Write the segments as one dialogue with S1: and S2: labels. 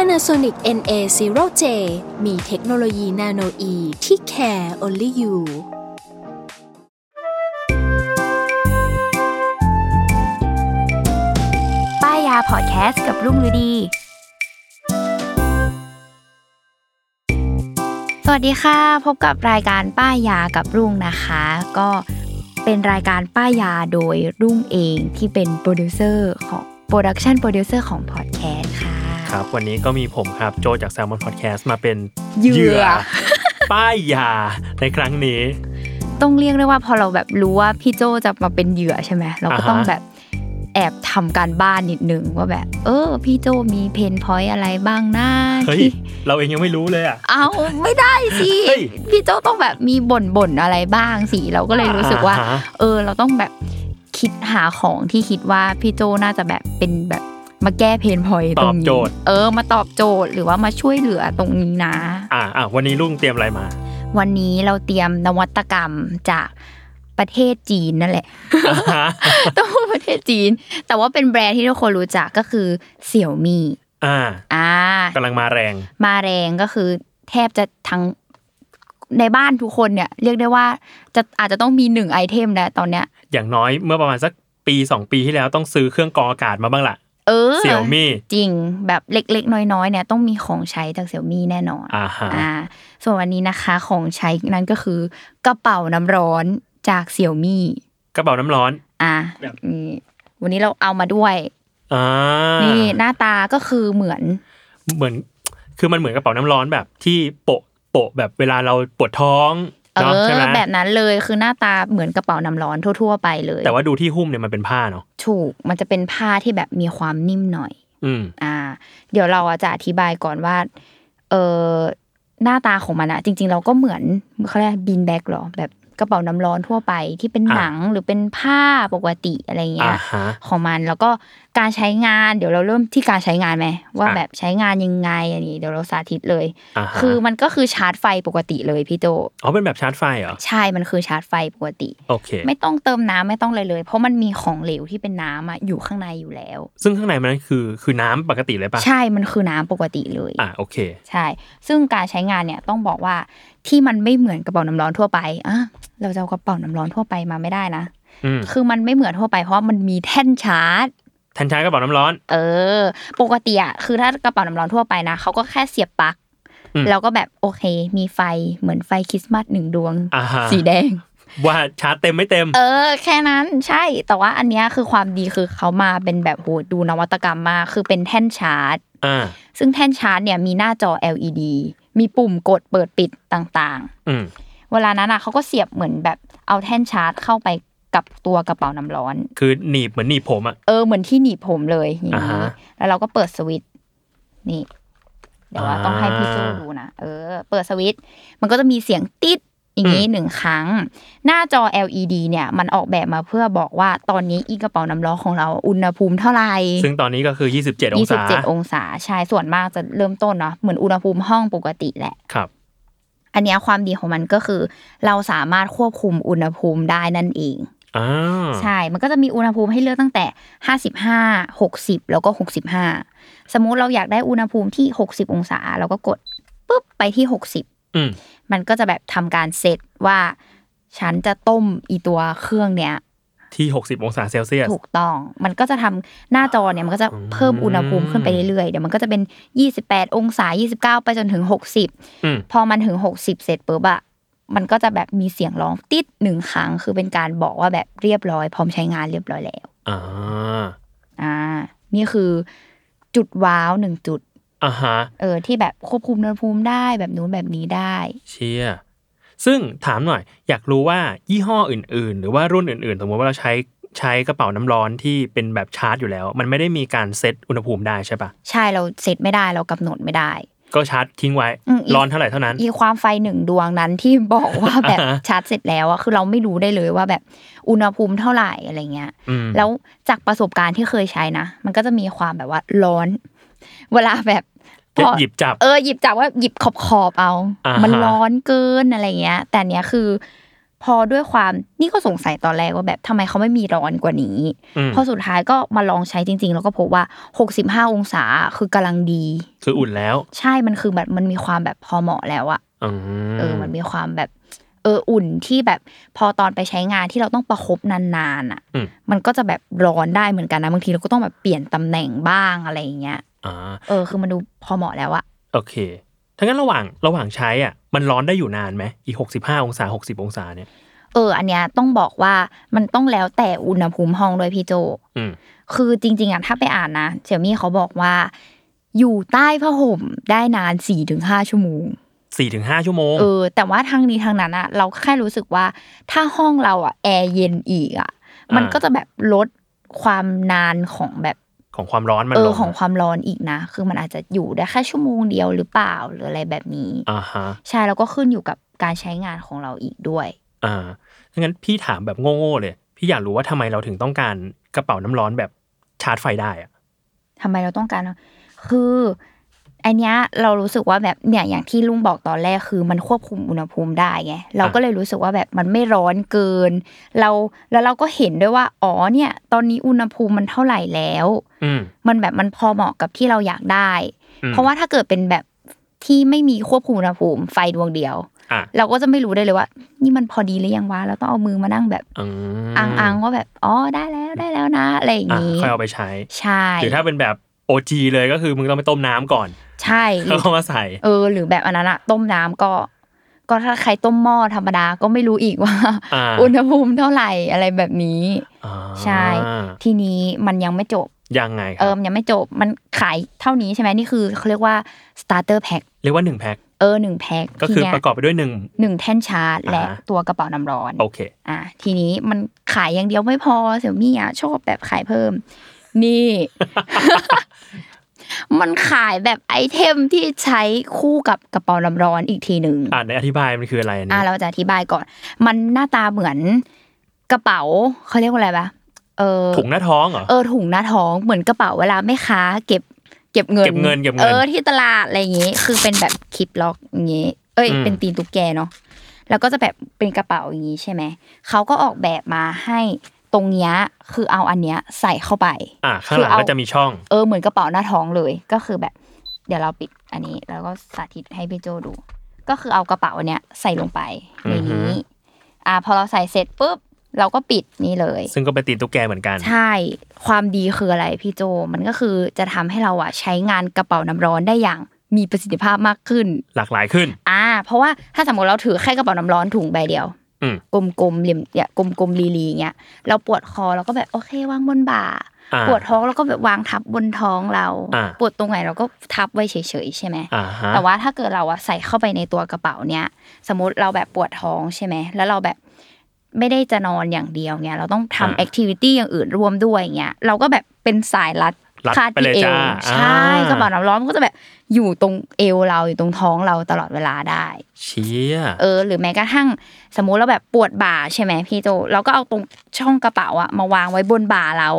S1: Panasonic NA0J มีเทคโนโลยีนาโนอีที่ care only you
S2: ป้ายยาพอดแคสต์กับรุ่งฤดี สวัสดีค่ะ พบกับรายการป้ายยากับรุ่งนะคะ ก็เป็นรายการป้ายยาโดยรุ่งเองที่เป็นโปรดิวเซอร์ของโปรดักชันโปรดิวเซอร์ของพอดแคสต์ค่ะ
S3: ครับ วันนี้ก็มีผมครับโจจากแซลมอนพอดแคสต์มาเป็น
S2: เหยื่อ
S3: ป้ายยาในครั้งนี้
S2: ต้องเรียกได้ว่าพอเราแบบรู้ว่าพี่โจจะมาเป็นเหยื่อใช่ไหมเราก็
S3: อ่าฮะ
S2: ต้องแบบแอบทำการบ้านนิดนึงว่าแบบ เออ พี่โจมีเพนพอยอะไรบ้างนะ
S3: เฮ้ย
S2: ที่
S3: เราเองยังไม่รู้เลยอ่ะ
S2: เอาไม่ได้สิ
S3: เฮ้ย
S2: พี่โจต้องแบบมีบ่นบ่นๆอะไรบ้างสิเราก็เลยรู้สึกว่า
S3: อ่ฮะ
S2: เออ เราต้องแบบคิดหาของที่คิดว่าพี่โจน่าจะแบบเป็นแบบมาแก้เพนพอย
S3: ต
S2: ตร
S3: อบ
S2: ง
S3: โจ
S2: นี้
S3: ทย์
S2: เออ มาตอบโจทย์หรือว่ามาช่วยเหลือตรงนี้นะ
S3: อ่าอ่าวันนี้ลุงเตรียมอะไรมา
S2: วันนี้เราเตรียมนวัตกรรมจากประเทศจีนนั่นแหละ
S3: อ่าฮะ
S2: ต้องพูดประเทศจีน แต่ว่าเป็นแบรนด์ที่ทุกคนรู้จักก็คือเสี่ยวมี
S3: อ่า
S2: อ่า
S3: กำลังมาแรง
S2: มาแรงก็คือแทบจะทั้งในบ้านทุกคนเนี่ย เรียกได้ว่าจะอาจจะต้องมีหนึ่งไอเทมแล้วตอนเนี้ย
S3: อย่างน้อยเมื่อประมาณสักปี 2 ปีที่แล้วต้องซื้อเครื่องกรองอากาศมาบ้างล่ะ
S2: เออ
S3: เสี่ยวมี่
S2: จริงแบบเล็กๆ น้อยๆเนี่ยต้องมีของใช้จากเซี่ยมี่แน่นอน
S3: อ่าฮะ
S2: อ่า ส่วนวันนี้นะคะของใช้นั้นก็คือกระเป๋าน้ำร้อนจากเซี่ยมี่
S3: กระเป๋าน้ำร้อน
S2: อ่านี่วันนี้เราเอามาด้วย
S3: อ่า
S2: นี่
S3: นี่
S2: หน้าตาก็คือเหมือน
S3: เหมือนคือมันเหมือนกระเป๋าน้ำร้อนแบบที่โปะโปะแบบเวลาเราปวดท้อง
S2: เอ
S3: เนาะใช่ไห
S2: อ
S3: ม
S2: แบบนั้นเลยคือหน้าตาเหมือนกระเป๋าน้ำร้อนทั่ว ๆ ไปเลย
S3: แต่ว่าดูที่หุ้มเนี่ยมันเป็นผ้าเนาะ
S2: ถูกมันจะเป็นผ้าที่แบบมีความนิ่มหน่อย
S3: อืม
S2: อ่าเดี๋ยวเราอะจะอธิบายก่อนว่า เออหน้าตาของมันอะจริง ๆ เราก็เหมือนเขาเรียกบินแบกหรอ แบบกระเป๋าน้ำร้อนทั่วไปที่เป็น
S3: อ่ะ
S2: หนังหรือเป็นผ้าปกติอะไรเงี้
S3: อ่าย ฮะ
S2: ของมันแล้วก็การใช้งาน เดี๋ยวเราเริ่มที่การใช้งานไหมว่า
S3: อ่ะ
S2: แบบใช้งานยังไงอันนี้เดี๋ยวเราสาธิตเลย
S3: อ่าฮะ
S2: คือมันก็คือชาร์จไฟปกติเลยพี่โจ
S3: อ๋อเป็นแบบชาร์จไฟเหรอ
S2: ใช่มันคือชาร์จไฟปกติ
S3: โอเค
S2: ไม่ต้องเติมน้ำไม่ต้องอะไรเลย เพราะมันมีของเหลวที่เป็นน้ำอะอยู่ข้างในอยู่แล้ว
S3: ซึ่งข้างในมันคือคือน้ำปกติเลยปะ
S2: ใช่มันคือน้ำปกติเลย
S3: อ่ะโอเค
S2: ใช่ ซึ่งการใช้งานเนี่ยต้องบอกว่าที่มันไม่เหมือนกระเป๋าน้ำร้อนทั่วไปอ่ะเราจะเอากระเป๋าน้ำร้อนทั่วไปมาไม่ได้นะ
S3: อืม
S2: คือมันไม่เหมือนทั่วไปเพราะมันมีแท่นชาร์จ
S3: แทนชาร์จกระเป๋าน้ำร้อน
S2: เออ ปกติอ่ะคือถ้ากระเป๋าน้ำร้อนทั่วไปนะเขาก็แค่เสียบปลั๊ก
S3: อืม
S2: แล้วก็แบบโอเค มีไฟเหมือนไฟคริสต์มาสหนึ่งดวง
S3: อ่าฮะ
S2: สีแดง
S3: ว่าชาร์จเต็มไม่เต็ม
S2: เออ แค่นั้นใช่ แต่ว่าอันเนี้ยคือความดีคือเขามาเป็นแบบโหดูนวัตกรรมมากคือเป็นแท่นชาร์จ
S3: อ่า
S2: ซึ่งแท่นชาร์จเนี่ยมีหน้าจอ LED มีปุ่มกดเปิดปิดต่าง
S3: อืม
S2: ๆ เวลานั้นอ่ะเขาก็เสียบเหมือนแบบเอาแท่นชาร์จเข้าไปกับตัวกระเป๋าน้ำร้อน
S3: คือหนีบเหมือนหนีบผมอ่ะ
S2: เออเหมือนที่หนีบผมเลยอย่าง
S3: อ่า
S2: นี้
S3: ฮะ
S2: แล้วเราก็เปิดสวิตช์นี่ เดี๋ยวว่า
S3: อ่า
S2: ต้องให้พี่โจดูนะเออ เปิดสวิตช์มันก็จะมีเสียงติดอย่างนี้หนึ่งครั้ง หน้าจอ LED เนี่ยมันออกแบบมาเพื่อบอกว่าตอนนี้อีกระเป๋าน้ำร้อนของเราอุณหภูมิเท่าไหร่
S3: ซึ่งตอนนี้ก็คือ 27 องศา
S2: 27 องศาใช่ส่วนมากจะเริ่มต้นเนาะเหมือนอุณหภูมิห้องปกติแหละ
S3: ครับ
S2: อันเนี้ยความดีของมันก็คือ เราสามารถควบคุมอุณหภูมิได้นั่นเอง
S3: อ่า
S2: ใช่ มันก็จะมีอุณหภูมิให้เลือกตั้งแต่ 55 60 แล้วก็ 65 สมมุติเราอยากได้อุณหภูมิที่ 60 องศา เราก็กดปุ๊บไปที่
S3: อืม
S2: 60 มันก็จะแบบทำการเซตว่าฉันจะต้มอีตัวเครื่องเนี้ย
S3: ที่ 60 องศาเซลเซียส
S2: ถูกต้อง มันก็จะทำหน้าจอเนี่ยมันก็จะเพิ่มอุณหภูมิขึ้นไปเรื่อยๆ เดี๋ยวมันก็จะเป็น 28 องศา 29 ไปจนถึง
S3: อืม
S2: 60 พอมันถึง 60 เสร็จปุ๊บอะมันก็จะแบบมีเสียงร้องติดหนึ่งครั้ง คือเป็นการบอกว่าแบบเรียบร้อย พร้อมใช้งานเรียบร้อยแล้ว
S3: อ่า
S2: อ่า นี่คือจุดว้าวหนึ่งจุด
S3: อ่าฮะ
S2: เออ ที่แบบควบคุมอุณหภูมิได้แบบนู้นแบบนี้ได้
S3: เชียซึ่งถามหน่อย อยากรู้ว่ายี่ห้ออื่น ๆ หรือว่ารุ่นอื่น ๆ สมมติว่าเราใช้ใช้กระเป๋าน้ำร้อนที่เป็นแบบชาร์จอยู่แล้ว มันไม่ได้มีการเซตอุณหภูมิได้ใช่ปะ
S2: ใช่เราเซตไม่ได้เรากำหนดไม่ได้
S3: ก ก็ชาร์จทิ้งไว้
S2: อืมอีก
S3: ร้อนเท่าไหร่เท่านั้น
S2: อีความไฟหนึ่งดวงนั้นที่บอกว่าแบบ
S3: อ่าฮะ
S2: ชาร์จเสร็จแล้วอะคือเราไม่รู้ได้เลยว่าแบบอุณหภูมิเท่าไหร่อะไรเงี้ย
S3: อืม
S2: แล้วจากประสบการณ์ที่เคยใช้นะ มันก็จะมีความแบบว่าร้อน เวลาแบบ
S3: จะ
S2: พอ
S3: หยิบจับ
S2: เออหยิบจับว่าหยิบขอบขอบๆเอา
S3: อ่าฮะ
S2: มันร้อนเกินอะไรเงี้ย แต่เนี้ยคือ พอด้วยความนี่ก็สงสัยตอนแรกว่าแบบทำไมเขาไม่มีร้อนกว่านี้
S3: ม
S2: พอสุดท้ายก็มาลองใช้จริง ๆ แล้วก็พบว่า 65 องศาคือกำลังดี
S3: คืออุ่นแล้ว
S2: ใช่มันคือแบบมันมีความแบบพอเหมาะแล้วอะ
S3: อื
S2: เออมันมีความแบบเอออุ่นที่แบบพอตอนไปใช้งานที่เราต้องประคบนานๆอะ
S3: อืม
S2: มันก็จะแบบร้อนได้เหมือนกันนะบางทีเราก็ต้องแบบเปลี่ยนตำแหน่งบ้างอะไรอย่างเงี้ย
S3: อ่า
S2: เออคือมันดูพอเหมาะแล้วอะ
S3: โอเคทั้างนั้นระหว่างระหว่างใช้อ่ะ มันร้อนได้อยู่นานไหมอีหกสิบห้าองศาหกสิบองศาเนี่ย
S2: เออ อันเนี้ยต้องบอกว่ามันต้องแล้วแต่อุณหภูมิห้องด้วยพี่โจ
S3: อืม
S2: คือจริง ๆอ่ะถ้าไปอ่านนะเสี่ยวมี่เขาบอกว่า อยู่ใต้ผ้าห่มได้นาน4ี่ถึงห้าชั่วโมง
S3: สี่ถึงห้าชั่วโมง
S2: เออ แต่ว่าทางนี้ทางนั้นอ่ะ เราแค่รู้สึกว่าถ้าห้องเราอ่ะแอร์เย็นอีกอ่ะ มันก็จะแบบลดความนานของแบบ
S3: ของความร้อนมัน
S2: เอ
S3: ล
S2: อง ของความร้อนอีกนะ คือมันอาจจะอยู่ได้แค่ชั่วโมงเดียวหรือเปล่าหรืออะไรแบบนี้
S3: อ่าฮะ
S2: ใช่แล้วก็ขึ้นอยู่กับการใช้งานของเราอีกด้วย
S3: อ่าทั้างนั้นพี่ถามแบบโง่ๆเลย พี่อยากรู้ว่าทำไมเราถึงต้องการกระเป๋าน้ำร้อนแบบชาร์จไฟได้อ่ะ
S2: ทำไมเราต้องการเอาคืออันเนี้ยเรารู้สึกว่าแบบเนี่ยอย่างที่ลุงบอกตอนแรกคือมันควบคุมอุณหภูมิได้ไงเราก็เลยรู้สึกว่าแบบมันไม่ร้อนเกิน เราแล้วเราก็เห็นด้วยว่าอ๋อเนี่ย ตอนนี้อุณหภูมิมันเท่าไหร่แล้ว
S3: อืม
S2: มันแบบมันพอเหมาะกับที่เราอยากได้
S3: อืม
S2: เพราะว่าถ้าเกิดเป็นแบบที่ไม่มีควบคุมอุณหภูมิไฟดวงเดียว
S3: อ่ะ
S2: เราก็จะไม่รู้ได้เลยว่า นี่มันพอดีหรือยังวะเราต้องเอามือมานั่งแบบ
S3: อืม
S2: อ้างๆว่าแบบอ๋อได้แล้วได้แล้วนะอะไรอย่าง
S3: อ่ะ
S2: นี้
S3: ค่อยเอาไปใช้
S2: ใช่
S3: หรือถ้าเป็นแบบ OG เลยก็คือมึงต้องไปต้มน้ำก่อน
S2: ใช่
S3: แล้วก็มาใส่
S2: เออหรือแบบอันนั้นอะต้มน้ำก็ ก็ถ้าใครต้มหม้อธรรมดาก็ไม่รู้อีกว่า
S3: อ่า
S2: อุณหภูมิเท่าไหร่อะไรแบบนี้
S3: อ่า
S2: ใช่ ทีนี้มันยังไม่จบ
S3: ยังไงค
S2: เอ
S3: รั
S2: อบ มันยังไม่จบมันขายเท่านี้ใช่ไหมนี่คือเขาเรียกว่า starter pack
S3: เรียกว่าหนึ่งแพ็ค
S2: เออหนึ่งแพ็ค
S3: ก็
S2: ที
S3: คือ
S2: เนี้ย
S3: ประกอบไปด้วยหนึ่ง
S2: หนึ่งแท่นชาร์จและ
S3: อ่า
S2: ตัวกระเป๋าน้ำร้อน
S3: โอเค
S2: อ่ะทีนี้มันขายอย่างเดียวไม่พอเสี่ยวมี่อ่ะชอบแบบขายเพิ่ม นี่ มันขายแบบไอเทมที่ใช้คู่กับกระเป๋าน้ำร้อนอีกทีหนึ่ง
S3: อ่านในอธิบายมันคืออะไรอัน
S2: อ่ะ
S3: นี้
S2: เราจะอธิบายก่อน มันหน้าตาเหมือนกระเป๋าเขาเรียกว่าอะไรปะเออ
S3: ถุงหน้าท้องเหรอ
S2: เออถุงหน้าท้องเหมือนกระเป๋าเวลาแม่ค้าเก็บเก็บเงิน
S3: เก็บเงินเก็บเงิน
S2: ออที่ตลาดอะไรอย่างงี้ คือเป็นแบบคลิปล็อกอย่างงี้ เอ้ย
S3: อืม
S2: เป็นตีนตุ๊กแกเนาะแล้วก็จะแบบเป็นกระเป๋าอย่างงี้ใช่ไหมเขาก็ออกแบบมาให้ตรงเนี้ยคือเอาอันเนี้ยใส่เข้าไป
S3: อ่ะข้างหลัง
S2: คือเอา
S3: ก็จะมีช่อง
S2: เออเหมือนกระเป๋าหน้าท้องเลยก็คือแบบ เดี๋ยวเราปิดอันนี้ แล้วก็สาธิตให้พี่โจดู ก็คือเอากระเป๋าเนี้ยใส่ลงไปในนี้
S3: อือฮึ
S2: อ่าพอเราใส่เสร็จปุ๊บเราก็ปิดนี่เลย
S3: ซึ่งก็เป็นตีนตุ๊กแกเหมือนกัน
S2: ใช่ความดีคืออะไรพี่โจมันก็คือจะทำให้เราอ่ะใช้งานกระเป๋าน้ำร้อนได้อย่างมีประสิทธิภาพมากขึ้น
S3: หลากหลายขึ้น
S2: อ่า เพราะว่าถ้าสมมติเราถือแค่กระเป๋าน้ำร้อนถุงใบเดียว
S3: อืม
S2: กลมๆเหลี่ยมเนี่ยกลมๆลีๆเงี้ยเราปวดคอเราก็แบบโอเควางบนบ่า
S3: อ่า
S2: ปวดท้องแล้วก็แบบวางทับบนท้องเรา
S3: อ่า
S2: ปวดตรงไหนเราก็ทับไว้เฉยๆใช่ไหม
S3: อ่าฮะ
S2: แต่ว่าถ้าเกิดเราอะใส่เข้าไปในตัวกระเป๋าเนี้ยสมมติเราแบบปวดท้องใช่ไหมแล้วเราแบบไม่ได้จะนอนอย่างเดียวเงี้ยเราต้องทำแอคทิวิตี้อย่างอื่นร่วมด้วยเงี้ยเราก็แบบเป็นสายรัด
S3: รัด
S2: คาด
S3: ไปเลย
S2: ที่เอ
S3: จ้าว อ่า
S2: ใช่กระเป๋าน้ำร้อนมันก็จะแบบอยู่ตรงเอวเราอยู่ตรงท้องเราตลอดเวลาได้
S3: เชี่ย
S2: เออหรือแม้กระทั่งสมมุติเราแบบปวดบ่าใช่ไหมพี่โจเราก็เอาตรงช่องกระเป๋าอะมาวางไว้บนบ่าเรา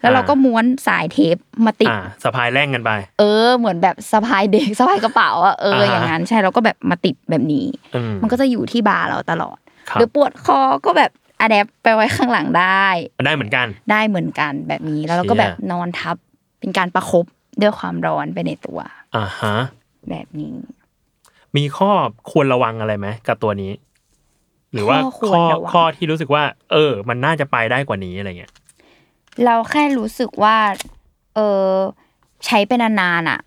S2: แล้วเราก็ม้วนสายเทปมาติด
S3: อ่าสะพายแร่งกันไป
S2: เออ เหมือนแบบสะพายเด็ก สะพายกระเป๋าอะเออ
S3: อ่าฮะ
S2: อย่างนั้นใช่เราก็แบบมาติดแบบนี้
S3: อืม
S2: มันก็จะอยู่ที่บ่าเราตลอด
S3: ครับ
S2: หรือปวดคอก็แบบอะแดปไปไว้ข้างหลังได้
S3: ได้เหมือนกัน
S2: ได้เหมือนกันแบบนี้แล้วเราก็
S3: เชี่ย
S2: แบบนอนทับเป็นการประคบด้วยความร้อนไปในตัว
S3: อ่าฮะ
S2: แบบนี้
S3: มีข้อควรระวังอะไรไหมกับตัวนี้ หรือว่า
S2: ข้อควรร
S3: ข้อ
S2: ะวัง
S3: ข้อที่รู้สึกว่า เออ มันน่าจะไปได้กว่านี้อะไรเงี้ย
S2: เราแค่รู้สึกว่า เออใช้ไปนานๆอ่ะ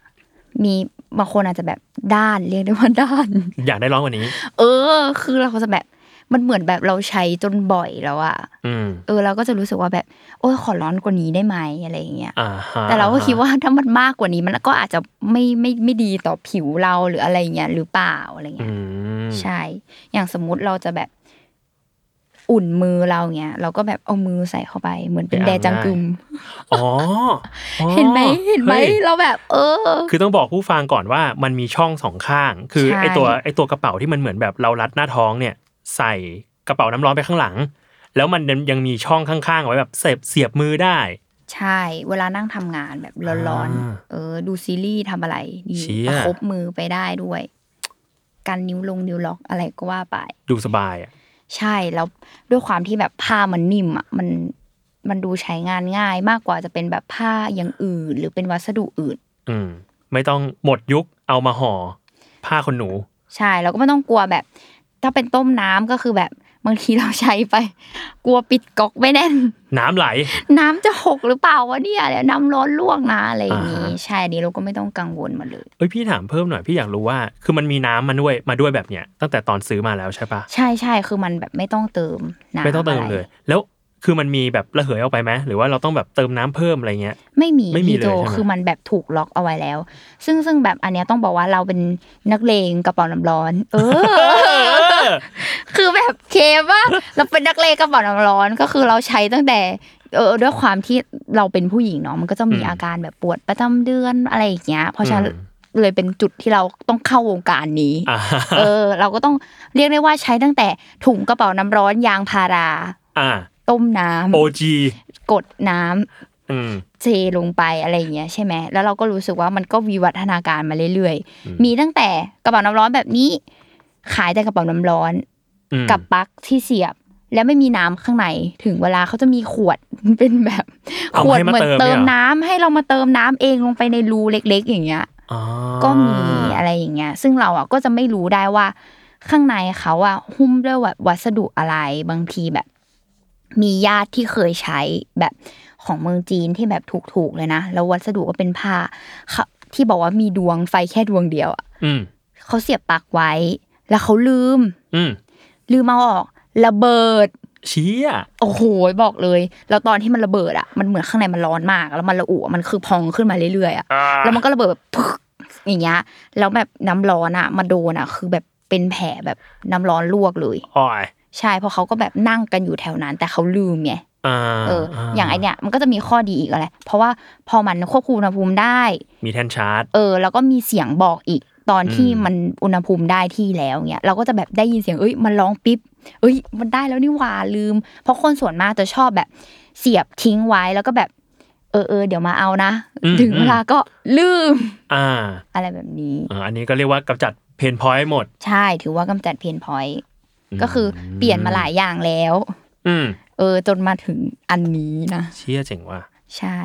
S2: มีบางคนอาจจะแบบด้านเรียกได้ว่าด้าน
S3: อยากได้ร้อนกว่านี้
S2: เออ คือเราก็จะแบบมันเหมือนแบบเราใช้จนบ่อยแล้วอ่ะ
S3: อืม
S2: เออเราก็จะรู้สึกว่าแบบ โอ้ยขอร้อนกว่านี้ได้ไหมอะไรอย่างเงี้ย
S3: อ่าฮะ
S2: แต่เราก็คิดว่าถ้ามันมากกว่านี้มันก็อาจจะไม่ไม่ไม่ดีต่อผิวเราหรืออะไรอย่างเงี้ยหรือเปล่าอะไรเงี้ย
S3: อืม
S2: ใช่ อย่างสมมุติเราจะแบบ อุ่นมือเราเงี้ยเราก็แบบเอามือใส่เข้าไปเหมือนเป็น
S3: ไป
S2: แด
S3: อาบ
S2: จังกึม
S3: น้ อ๋ออ๋อ
S2: เห็นไหมเห็นไหม
S3: ฮ้ย
S2: เราแบบ เออ
S3: คือต้องบอกผู้ฟังก่อนว่ามันมีช่องสองข้าง คือ
S2: ใช่
S3: ไอตัวไอตัวกระเป๋าที่มันเหมือนแบบเรารัดหน้าท้องเนี่ย ใส่กระเป๋าน้ำร้อนไปข้างหลัง แล้วมันยังมีช่องข้างๆไว้แบบเสียบเสียบมือได้
S2: ใช่ เวลานั่งทำงานแบบร้อน
S3: อ่า
S2: ๆเออ ดูซีรีส์ทำอะไรดี
S3: เชี่ย
S2: ประคบมือไปได้ด้วย การนิ้วลงนิ้วล็อกอะไรก็ว่าไป
S3: ดูสบายอ่ะ
S2: ใช่แล้วด้วยความที่แบบผ้ามันนิ่มอ่ะมันมันดูใช้งานง่ายมากกว่าจะเป็นแบบผ้าอย่างอื่น หรือเป็นวัสดุอื่น
S3: อืม ไม่ต้องหมดยุคเอามาห่อผ้าขนหนู
S2: ใช่แล้วก็ไม่ต้องกลัวแบบ ถ้าเป็นต้มน้ำก็คือแบบบางทีเราใช้ไป กลัวปิดก๊อกไม่แน่ น
S3: น้ำไหล
S2: น้ำจะหกหรือเปล่าวะเนี่ยเดี๋ยวน้ำร้อนลวกนะอะไรอย่างนี้
S3: อ่าฮะ
S2: ใช่อันนี้เราก็ไม่ต้องกังวลมาเลย
S3: เอ้ยพี่ถามเพิ่มหน่อยพี่อยากรู้ว่า คือมันมีน้ำมาด้วยมาด้วยแบบเนี้ยตั้งแต่ตอนซื้อมาแล้วใช่ปะ
S2: ใช่ใช่คือมันแบบไม่ต้องเติมน้ำ
S3: ไม่ต้องเติม
S2: ะร
S3: เลย แล้วคือมันมีแบบระเหยออกไปไหมหรือว่าเราต้องแบบเติมน้ำเพิ่มอะไรเงี้ย
S2: ไม่มี
S3: ไม่มี
S2: พี่โจ
S3: เลยใช่ไหม
S2: คือมันแบบถูกล็อกเอาไว้แล้ว ซึ่งซึ่งแบบอันเนี้ยต้องบอกว่าเราเป็นนักเลงกระเป๋าน้ำร้อน เออ
S3: เออ
S2: คือแบบเคว่าเราเป็นนักเลงกระเป๋าน้ำร้อนก็คือเราใช้ตั้งแต่เออด้วยความที่เราเป็นผู้หญิงเนาะมันก็จะมี
S3: อืม
S2: อาการแบบปวดประจำเดือนอะไรอย่างเงี้ย เพราะฉะนั้น
S3: อืม
S2: เลยเป็นจุดที่เราต้องเข้าวงการนี้
S3: อ่า
S2: เออ เราก็ต้องเรียกได้ว่าใช้ตั้งแต่ถุงกระเป๋าน้ำร้อนยางพารา
S3: อ่า
S2: ต้มน้ำ
S3: OG
S2: กดน้ำ
S3: อืม
S2: เจลงไปอะไรอย่างเงี้ยใช่ไหมแล้วเราก็รู้สึกว่ามันก็วิวัฒนาการมาเรื่อยๆ มีตั้งแต่กระเป๋าน้ำร้อนแบบนี้ ขายแต่กระเป๋าน้ำร้อน
S3: อืม
S2: กับปลั๊กที่เสียบ และไม่มีน้ำข้างในถึงเวลาเขาจะมีขวด เป็นแบบ
S3: เอา
S2: ขวด
S3: ให้มา
S2: เหมือน
S3: เติ
S2: เติม
S3: มเนี่ยเหรอ
S2: น้ำให้เรามาเติมน้ำเองลงไปในรูเล็ก ๆ อย่างเงี้ย
S3: อ่า
S2: ก็มีอะไรอย่างเงี้ย ซึ่งเราอ่ะก็จะไม่รู้ได้ว่า ข้างในเขาอ่ะหุ้มด้วยแบบวัสดุอะไรบางทีแบบ มีญาติที่เคยใช้แบบของเมืองจีนที่แบบถูกๆเลยนะแล้ววัสดุก็เป็นผ้าเขาที่บอกว่ามีดวงไฟแค่ดวงเดียวอ่ะ
S3: อืม
S2: เขาเสียบปลั๊กไว้ แล้วเขาลืม
S3: อืม
S2: ลืมเอาออกระเบิด
S3: เชี้อ่ะ
S2: โอ้โหบอกเลย แล้วตอนที่มันระเบิดอ่ะมันเหมือนข้างในมันร้อนมาก แล้วมันระอุอะมันคือพองขึ้นมาเรื่อยๆอ่ะ แล้วมันก็ระเบิดแบบปึ๊กอย่างเงี้ยแล้วแบบน้ำร้อนอ่ะมาโดนอ่ะ คือแบบเป็นแผลแบบน้ำร้อนลวกเลย
S3: อ่อย
S2: ใช่เพราะเขาก็แบบนั่งกันอยู่แถวนั้น แต่เขาลืมไง
S3: อ่า
S2: เอออ อย่างไอเนี้ยมันก็จะมีข้อดีอีกอะไร เพราะว่าพอมันควบคุมอุณหภูมิได้
S3: มีแทนชาร์จ
S2: เออ แล้วก็มีเสียงบอกอีกตอนที่
S3: อืม
S2: มันอุณหภูมิได้ที่แล้วเงี้ยเราก็จะแบบได้ยินเสียงเอ้ยมันร้องปิ๊บเอ้ย มันได้แล้วนี่หว่าลืม เพราะคนส่วนมากจะชอบแบบเสียบทิ้งไว้แล้วก็แบบ เออเออเดี๋ยวมาเอานะ ถึงเวลาก็ลืม
S3: อ่า
S2: อะไรแบบนี้
S3: เอออันนี้ก็เรียกว่ากำจัดเพนพอยต์หมด
S2: ใช่ถือว่ากำจัดเพนพอยต์ก็คือเปลี่ยนมาหลายอย่างแล้ว
S3: อืม
S2: เออ จนมาถึงอันนี้นะ
S3: เชี้ยเจ๋งว่ะ
S2: ใช่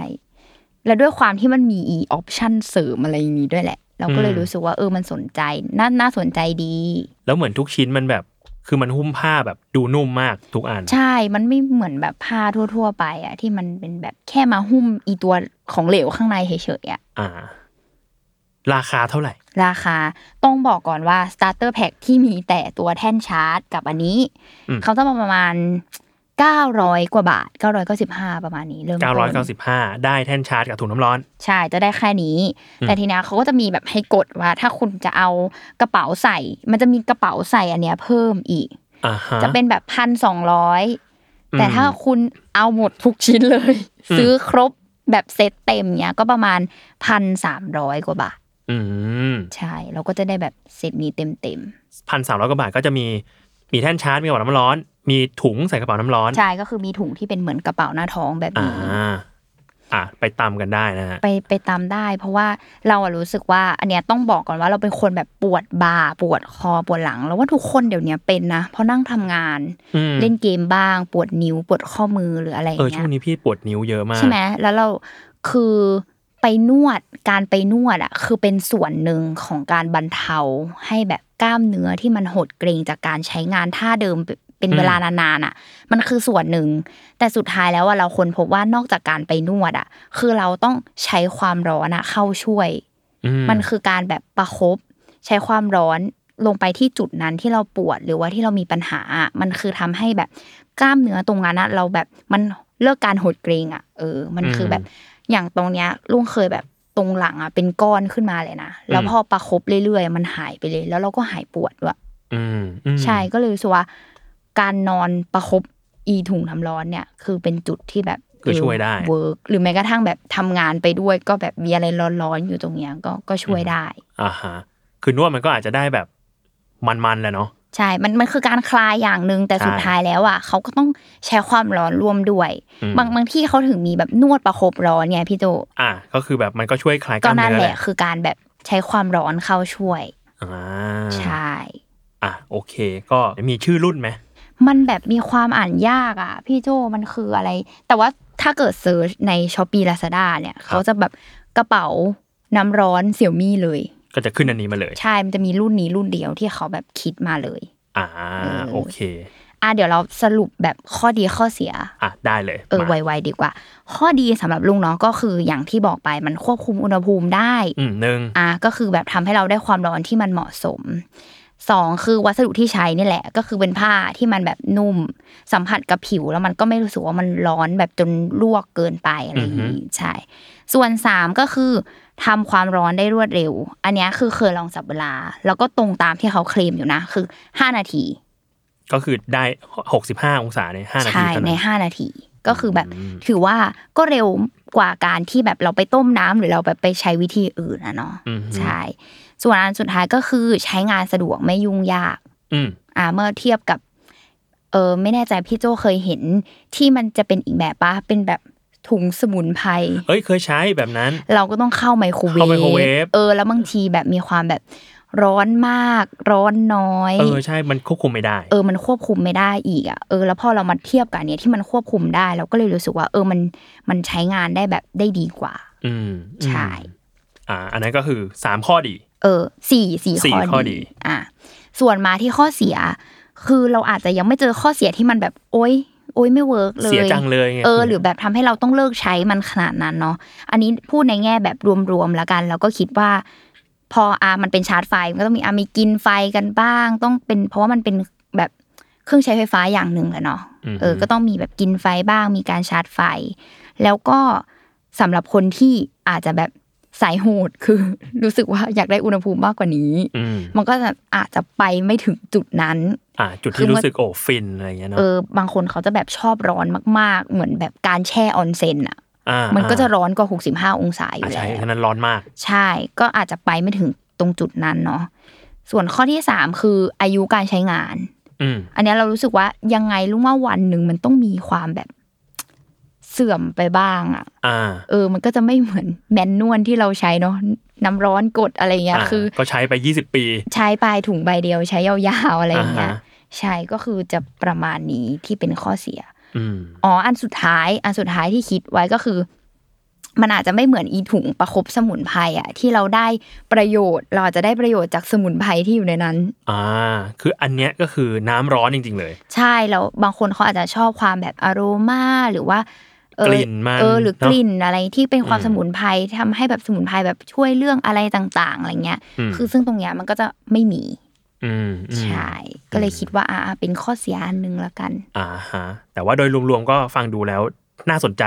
S2: แล้วด้วยความที่มันมีอีออปชันเสริมอะไรอย่างนี้ด้วยแหละ เราก็เลย
S3: อืม
S2: รู้สึกว่าเออมันสนใจ น่าน่าสนใจดี
S3: แล้วเหมือนทุกชิ้นมันแบบ คือมันหุ้มผ้าแบบดูนุ่มมากทุกอัน
S2: ใช่ มันไม่เหมือนแบบผ้าทั่ว ๆ ไปอะที่มันเป็นแบบแค่มาหุ้มอีตัวของเหลวข้างในเฉยๆอะ
S3: อ่า ราคาเท่าไหร่
S2: ราคาต้องบอกก่อนว่า starter pack ที่มีแต่ตัวแท่นชาร์จ กับอันนี้
S3: อืม
S2: เขาจะประมาณ 900 กว่าบาท 995 ประมาณนี้เริ่มต้น
S3: 995 ได้แท่นชาร์จกับถุงน้ำร้อน
S2: ใช่จะได้แค่นี้
S3: อืม
S2: แต่ทีเนี้ยเขาก็จะมีแบบให้กดว่า ถ้าคุณจะเอากระเป๋าใส่ มันจะมีกระเป๋าใส่อันเนี้ยเพิ่มอีก
S3: อ่าฮะ
S2: จะเป็นแบบพันสองร้อย
S3: อืม
S2: แต่ถ้าคุณเอาหมดทุกชิ้นเลย
S3: อืม
S2: ซื้อครบแบบเซตเต็มเนี้ยก็ประมาณพันสามร้อยกว่าบาท
S3: อืม
S2: ใช่ เราก็จะได้แบบเซตนี้เต็มเต็ม
S3: พันสามร้อยกว่าบาทก็จะมี มีแท่นชาร์จ มีกระเป๋าน้ำร้อน มีถุงใส่กระเป๋าน้ำร้อน
S2: ๆใช่ก็คือมีถุงที่เป็นเหมือนกระเป๋าหน้าท้องแบบ
S3: อ่า
S2: นี้
S3: อ่ะไปตำกันได้นะฮะ
S2: ไปไปตามได้ เพราะว่าเราอะรู้สึกว่า อันเนี้ยต้องบอกก่อนว่าเราเป็นคนแบบปวดบ่าปวดคอปวดหลัง แล้วว่าทุกคนเดี๋ยวเนี้ยเป็นนะเพราะนั่งทำงาน
S3: อืม
S2: เล่นเกมบ้าง ปวดนิ้วปวดข้อมือหรืออะไรอ
S3: เออย่าง ช่
S2: เงี้
S3: วง
S2: ย
S3: นี้พี่ปวดนิ้วเยอะมาก
S2: ใช่ไหมแล้วเราคือไปนวดการไปนวดอ่ะคือเป็นส่วนหนึ่งของการบรรเทาให้แบบกล้ามเนื้อที่มันหดเกรงจากการใช้งานท่าเดิมเป็นเป็นเวลานานๆอ่ะ มันคือส่วนหนึ่ง แต่สุดท้ายแล้วว่าเราค้นพบว่านอกจากการไปนวดอ่ะ คือเราต้องใช้ความร้อนอ่ะเข้าช่วย
S3: อื
S2: มันคือการแบบประคบ ใช้ความร้อนลงไปที่จุดนั้นที่เราปวดหรือว่าที่เรามีปัญหาอะมันคือทำให้แบบกล้ามเนื้อตรงนั้นอะเราแบบมันเลิกการหดเกรงอ่ะเออ มันคือแบบอย่างตรงเนี้ยลุงเคยแบบตรงหลังอ่ะเป็นก้อนขึ้นมาเลยนะแล้วพอประคบเรื่อยๆ มันหายไปเลย แล้วเราก็หายปวดด้วย
S3: อืมอืม
S2: ใช่ก็เลยรู้สึกว่าการนอนประคบ อีถุงทำร้อนเนี่ยคือเป็นจุดที่แบบ
S3: คือช่วยได้
S2: เวิร์กหรือแม้กระทั่งแบบทำงานไปด้วยก็แบบมีอะไรร้อนๆอยู่ตรงเนี้ยก็ก็ช่วยได้
S3: อ่าฮะคือนวดมันก็อาจจะได้แบบมันๆแหละเนาะ
S2: ใช่ มัน มันคือการคลายอย่างหนึ่งแต่
S3: ใช่
S2: สุดท้ายแล้วอ่ะเขาก็ต้องใช้ความร้อนร่วมด้วย
S3: อืม
S2: บางบางที่เขาถึงมีแบบนวดประคบร้อนไงพี่โจ
S3: อ่ะก็คือแบบมันก็ช่วยคลายก
S2: ก็
S3: ล้าม
S2: นั่น
S3: เนื้อ
S2: แห
S3: แห
S2: ละ
S3: ละ
S2: คือการแบบใช้ความร้อนเข้าช่วย
S3: อ่า
S2: ใช่
S3: อ่ะโอเค ก็มีชื่อรุ่นไหม
S2: มันแบบมีความอ่านยากอ่ะ พี่โจมันคืออะไร แต่ว่าถ้าเกิดเซิร์ชในช้อปปี้ลาซาด้าเนี่ย
S3: ครับ
S2: เขาจะแบบกระเป๋าน้ำร้อนเสี่ยวมี่เลย
S3: ก็จะขึ้นอันนี้มาเลย
S2: ใช่ มันจะมีรุ่นนี้รุ่นเดียวที่เขาแบบคิดมาเลย
S3: อ่า
S2: เออ
S3: โอเค
S2: อ่ะเดี๋ยวเราสรุปแบบข้อดีข้อเสีย
S3: อ่ะได้เลย
S2: เออ
S3: มา
S2: ไวๆดีกว่า ข้อดีสำหรับลุงเนาะก็คืออย่างที่บอกไปมันควบคุมอุณหภูมิได้
S3: อืมหนึ่ง
S2: อ่ะก็คือแบบทำให้เราได้ความร้อนที่มันเหมาะสมสองคือวัสดุที่ใช้นี่แหละ ก็คือเป็นผ้าที่มันแบบนุ่ม สัมผัสกับผิวแล้วมันก็ไม่รู้สึกว่ามันร้อนแบบจนลวกเกินไปอะไรอย่างนี้ใช่ส่วนสามก็คือทำความร้อนได้รวดเร็ว อันเนี้ยคือเคยลองจับเวลา แล้วก็ตรงตามที่เขาเคลมอยู่นะ คือห้านาที
S3: ก็คือได้หกสิบห้าองศาในห้านาที
S2: ใช่
S3: เท่า
S2: ใน
S3: นั้น
S2: ห้านาทีก็คือแบบ
S3: อืม
S2: ถือว่าก็เร็วกว่าการที่แบบเราไปต้มน้ำหรือเราแบบไปใช้วิธีอื่นนะเนาะ
S3: อืม
S2: ใช่ ส่วนอันสุดท้ายก็คือใช้งานสะดวกไม่ยุ่งยาก
S3: อืม
S2: อ่าเมื่อเทียบกับเออไม่แน่ใจพี่โจเคยเห็นที่มันจะเป็นอีกแบบปะเป็นแบบถุงสมุนไพร
S3: เอ้ยเคยใช้แบบนั้น
S2: เราก็ต้องเข้าไมโครเว
S3: เข้าไมโครเวฟ
S2: ฟเออ แล้วบางทีแบบมีความแบบร้อนมาก ร้อนน้อย
S3: เออใช่มันควบคุมไม่ได้
S2: เออ มันควบคุมไม่ได้อีกอ่ะ เออ แล้วพอเรามาเทียบกับอันเนี้ยที่มันควบคุมได้ เราก็เลยรู้สึกว่า เออ มัน มันใช้งานได้แบบได้ดีกว่า
S3: อืม
S2: ใช่
S3: อืมอ่า อันนั้นก็คือสามข้อดี
S2: เออ สี่สี่
S3: สี่ข้
S2: ข้
S3: อ
S2: อ
S3: ดี
S2: ดี อ่ะ ส่วนมาที่ข้อเสีย คือเราอาจจะยังไม่เจอข้อเสียที่มันแบบ โอ๊ย โอ๊ย ไม่เวิร์กเลย
S3: เสียจังเลยไง
S2: เออ หรือแบบทำให้เราต้องเลิกใช้มันขนาดนั้นเนาะ อันนี้พูดในแง่แบบรวมๆแล้วกัน แล้วก็คิดว่า พออ่ะมันเป็นชาร์จไฟ มันก็ต้องมีอ่ะมีกินไฟกันบ้าง ต้องเป็น เพราะว่ามันเป็นแบบเครื่องใช้ไฟฟ้าอย่างหนึ่งอะเนาะ
S3: ม
S2: เออ ก็ต้องมีแบบกินไฟบ้าง มีการชาร์จไฟ แล้วก็สำหรับคนที่อาจจะแบบสายโหด คือ รู้สึกว่าอยากได้อุณหภูมิมากกว่านี้
S3: อืม
S2: มันก็จะอาจจะไปไม่ถึงจุดนั้น
S3: อ่าจุด
S2: คื
S3: ที่
S2: อมัน
S3: รู้สึกโอ้ฟินอะไรเงี้ย
S2: เอ
S3: เนาะ
S2: อบางคนเขาจะแบบชอบร้อนมาก ๆ เหมือนแบบการแช่ออนเซ็นอ่ะ
S3: อ่า
S2: มั
S3: มัน
S2: ก็จะร้อนกว่า 65 องศาอยู่
S3: อ่า
S2: แล้
S3: ใช่
S2: ว
S3: อันนั้นร้อนมาก
S2: ใช่ ก็อาจจะไปไม่ถึงตรงจุดนั้นเนาะ ส่วนข้อที่ 3 คืออายุการใช้งาน
S3: อืม
S2: อันเนี้ยเรารู้สึกว่ายังไงลุงว่าวันหนึ่งมันต้องมีความแบบเสื่อมไปบ้างอ่ะ
S3: อ่า
S2: เออ มันก็จะไม่เหมือนแมนนวลที่เราใช้เนาะน้ำร้อนกดอะไรเงี้ย
S3: า
S2: คือ
S3: ก็ใช้ไปยี่สิบปี
S2: ใช้ปลายถุงใบเดียวใช้ยาวๆอะไรอย่างเงี้ย
S3: อ่าฮะ
S2: ใช่ก็คือจะประมาณนี้ที่เป็นข้อเสีย
S3: อืม
S2: อ๋อ อันสุดท้าย อันสุดท้ายที่คิดไว้ก็คือ มันอาจจะไม่เหมือนอีถุงประคบสมุนไพรอะที่เราได้ประโยชน์ เราอาจจะได้ประโยชน์จากสมุนไพรที่อยู่ในนั้น
S3: อ่า คืออันเนี้ยก็คือน้ำร้อนจริง ๆ เลย
S2: ใช่แล้วบางคนเขาอาจจะชอบความแบบอารมาหรือว่า เออก
S3: ลิ่นมัน
S2: เออหรือกลิ่นอะไรที่เป็นความ
S3: อืม
S2: สมุนไพรทำให้แบบสมุนไพรแบบช่วยเรื่องอะไรต่างๆอะไรเงี้ย
S3: อืม
S2: คือซึ่งตรงเนี้ยมันก็จะไม่มี
S3: อืมอืม
S2: ใช่ก็เลยคิดว่าอ่าเป็นข้อเสียอันหนึ่งละกัน
S3: อ่าฮะ แต่ว่าโดยรวมๆก็ฟังดูแล้วน่าสนใจ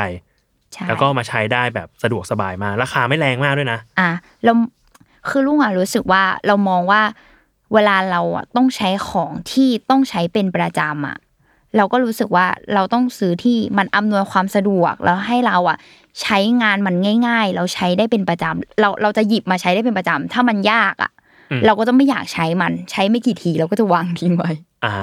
S2: ใช่
S3: แล้วก็มาใช้ได้แบบสะดวกสบายมาก ราคาไม่แรงมากด้วยนะ
S2: อ่ะเราคือลุงอ่ะรู้สึกว่าเรามองว่าเวลาเราอ่ะต้องใช้ของที่ต้องใช้เป็นประจำอ่ะเราก็รู้สึกว่าเราต้องซื้อที่มันอำนวยความสะดวกแล้วให้เราอ่ะใช้งานมันง่าย ๆ เราใช้ได้เป็นประจำเราเราจะหยิบมาใช้ได้เป็นประจำถ้ามันยากอ่ะ
S3: อืม
S2: เราก็จะไม่อยากใช้มันใช้ไม่กี่ทีเราก็จะวางทิ้งไว้
S3: อ่า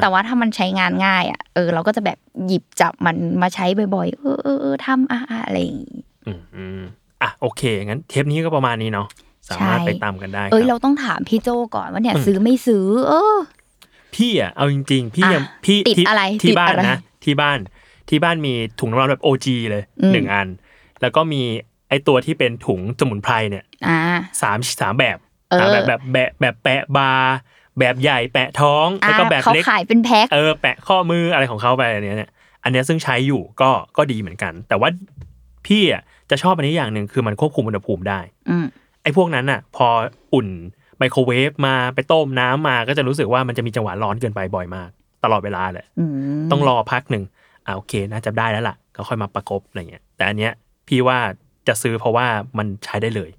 S2: แต่ว่าถ้ามันใช้งานง่ายอ่ะเออเราก็จะแบบหยิบจับมันมาใช้บ่อยๆเออเออเออทำอะอะอะไรอย่างงี้
S3: อืมอืมอ่ะโอเค งั้นเทปนี้ก็ประมาณนี้เนาะ สามารถ
S2: ใช่
S3: ไปตามกันได้ค
S2: เอ้ย
S3: รั
S2: เรา
S3: บ
S2: ต้องถามพี่โจก่อนว่าเนี่ย
S3: อืม
S2: ซื้อไม่ซื้อ เออ
S3: พี่อ่ะ เอาจริง ๆ พี่ยัง
S2: อ่ะ
S3: พี่
S2: ติด
S3: ที่
S2: อะไรติ
S3: ที่
S2: ด
S3: บ้าน
S2: อะไร
S3: นะ ที่บ้าน ที่บ้านมีถุงน้ำร้อนแบบ OG เลย
S2: อืม
S3: หนึ่งอัน แล้วก็มีไอตัวที่เป็นถุงสมุนไพรเนี่ย
S2: อ่า
S3: สามสามแบบ
S2: เออ
S3: สามแบบแบบแบบแบบแปะบาร์แบบใหญ่แปะท้องแล้วก็แบบ
S2: อ่าเขา
S3: เล็ก
S2: ขายเป็นแพ็ค
S3: เออแปะข้อมืออะไรของเขาไปอันเนี้ยเนี่ยอันเนี้ยซึ่งใช้อยู่ก็ก็ดีเหมือนกัน แต่ว่าพี่อ่ะจะชอบอันนี้อย่างหนึ่งคือมันควบคุมอุณหภูมิได้
S2: อืม
S3: ไอ้พวกนั้นอ่ะ พออุ่นไมโครเวฟมาไปต้มน้ำมาก็จะรู้สึกว่ามันจะมีจังหวะร้อนเกินไปบ่อยมาก ตลอดเวลาเลย
S2: อืม
S3: ต้องรอพักหนึ่งอ่าโอเค น่าจะได้แล้วล่ะ ก็ค่อยมาประกบอะไรเงี้ย แต่อันเนี้ยพี่ว่าจะซื้อเพราะว่ามันใช้ได้เลย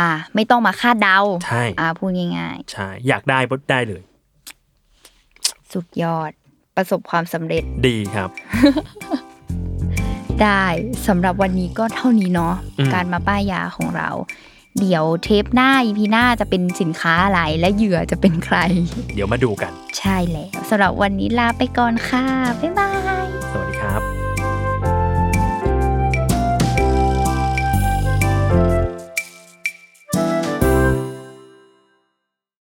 S2: อ่า ไม่ต้องมาคาดเดา
S3: ใช่
S2: อ่าพูดง่าย
S3: ใช่ อยากได้ปุ๊บได้เลย
S2: ๆ สุดยอด ประสบความสำเร็จ
S3: ดีครับ
S2: ได้สำหรับวันนี้ก็เท่านี้เนาะ
S3: อืม
S2: การมาป้ายยาของเรา เดี๋ยวเทปหน้า EP หน้าจะเป็นสินค้าอะไรและเหยื่อจะเป็นใคร
S3: เดี๋ยวมาดูกัน
S2: ใช่แล้วสำหรับวันนี้ลาไปก่อนค่ะ บ๊ายบาย
S3: สวัสดีครับ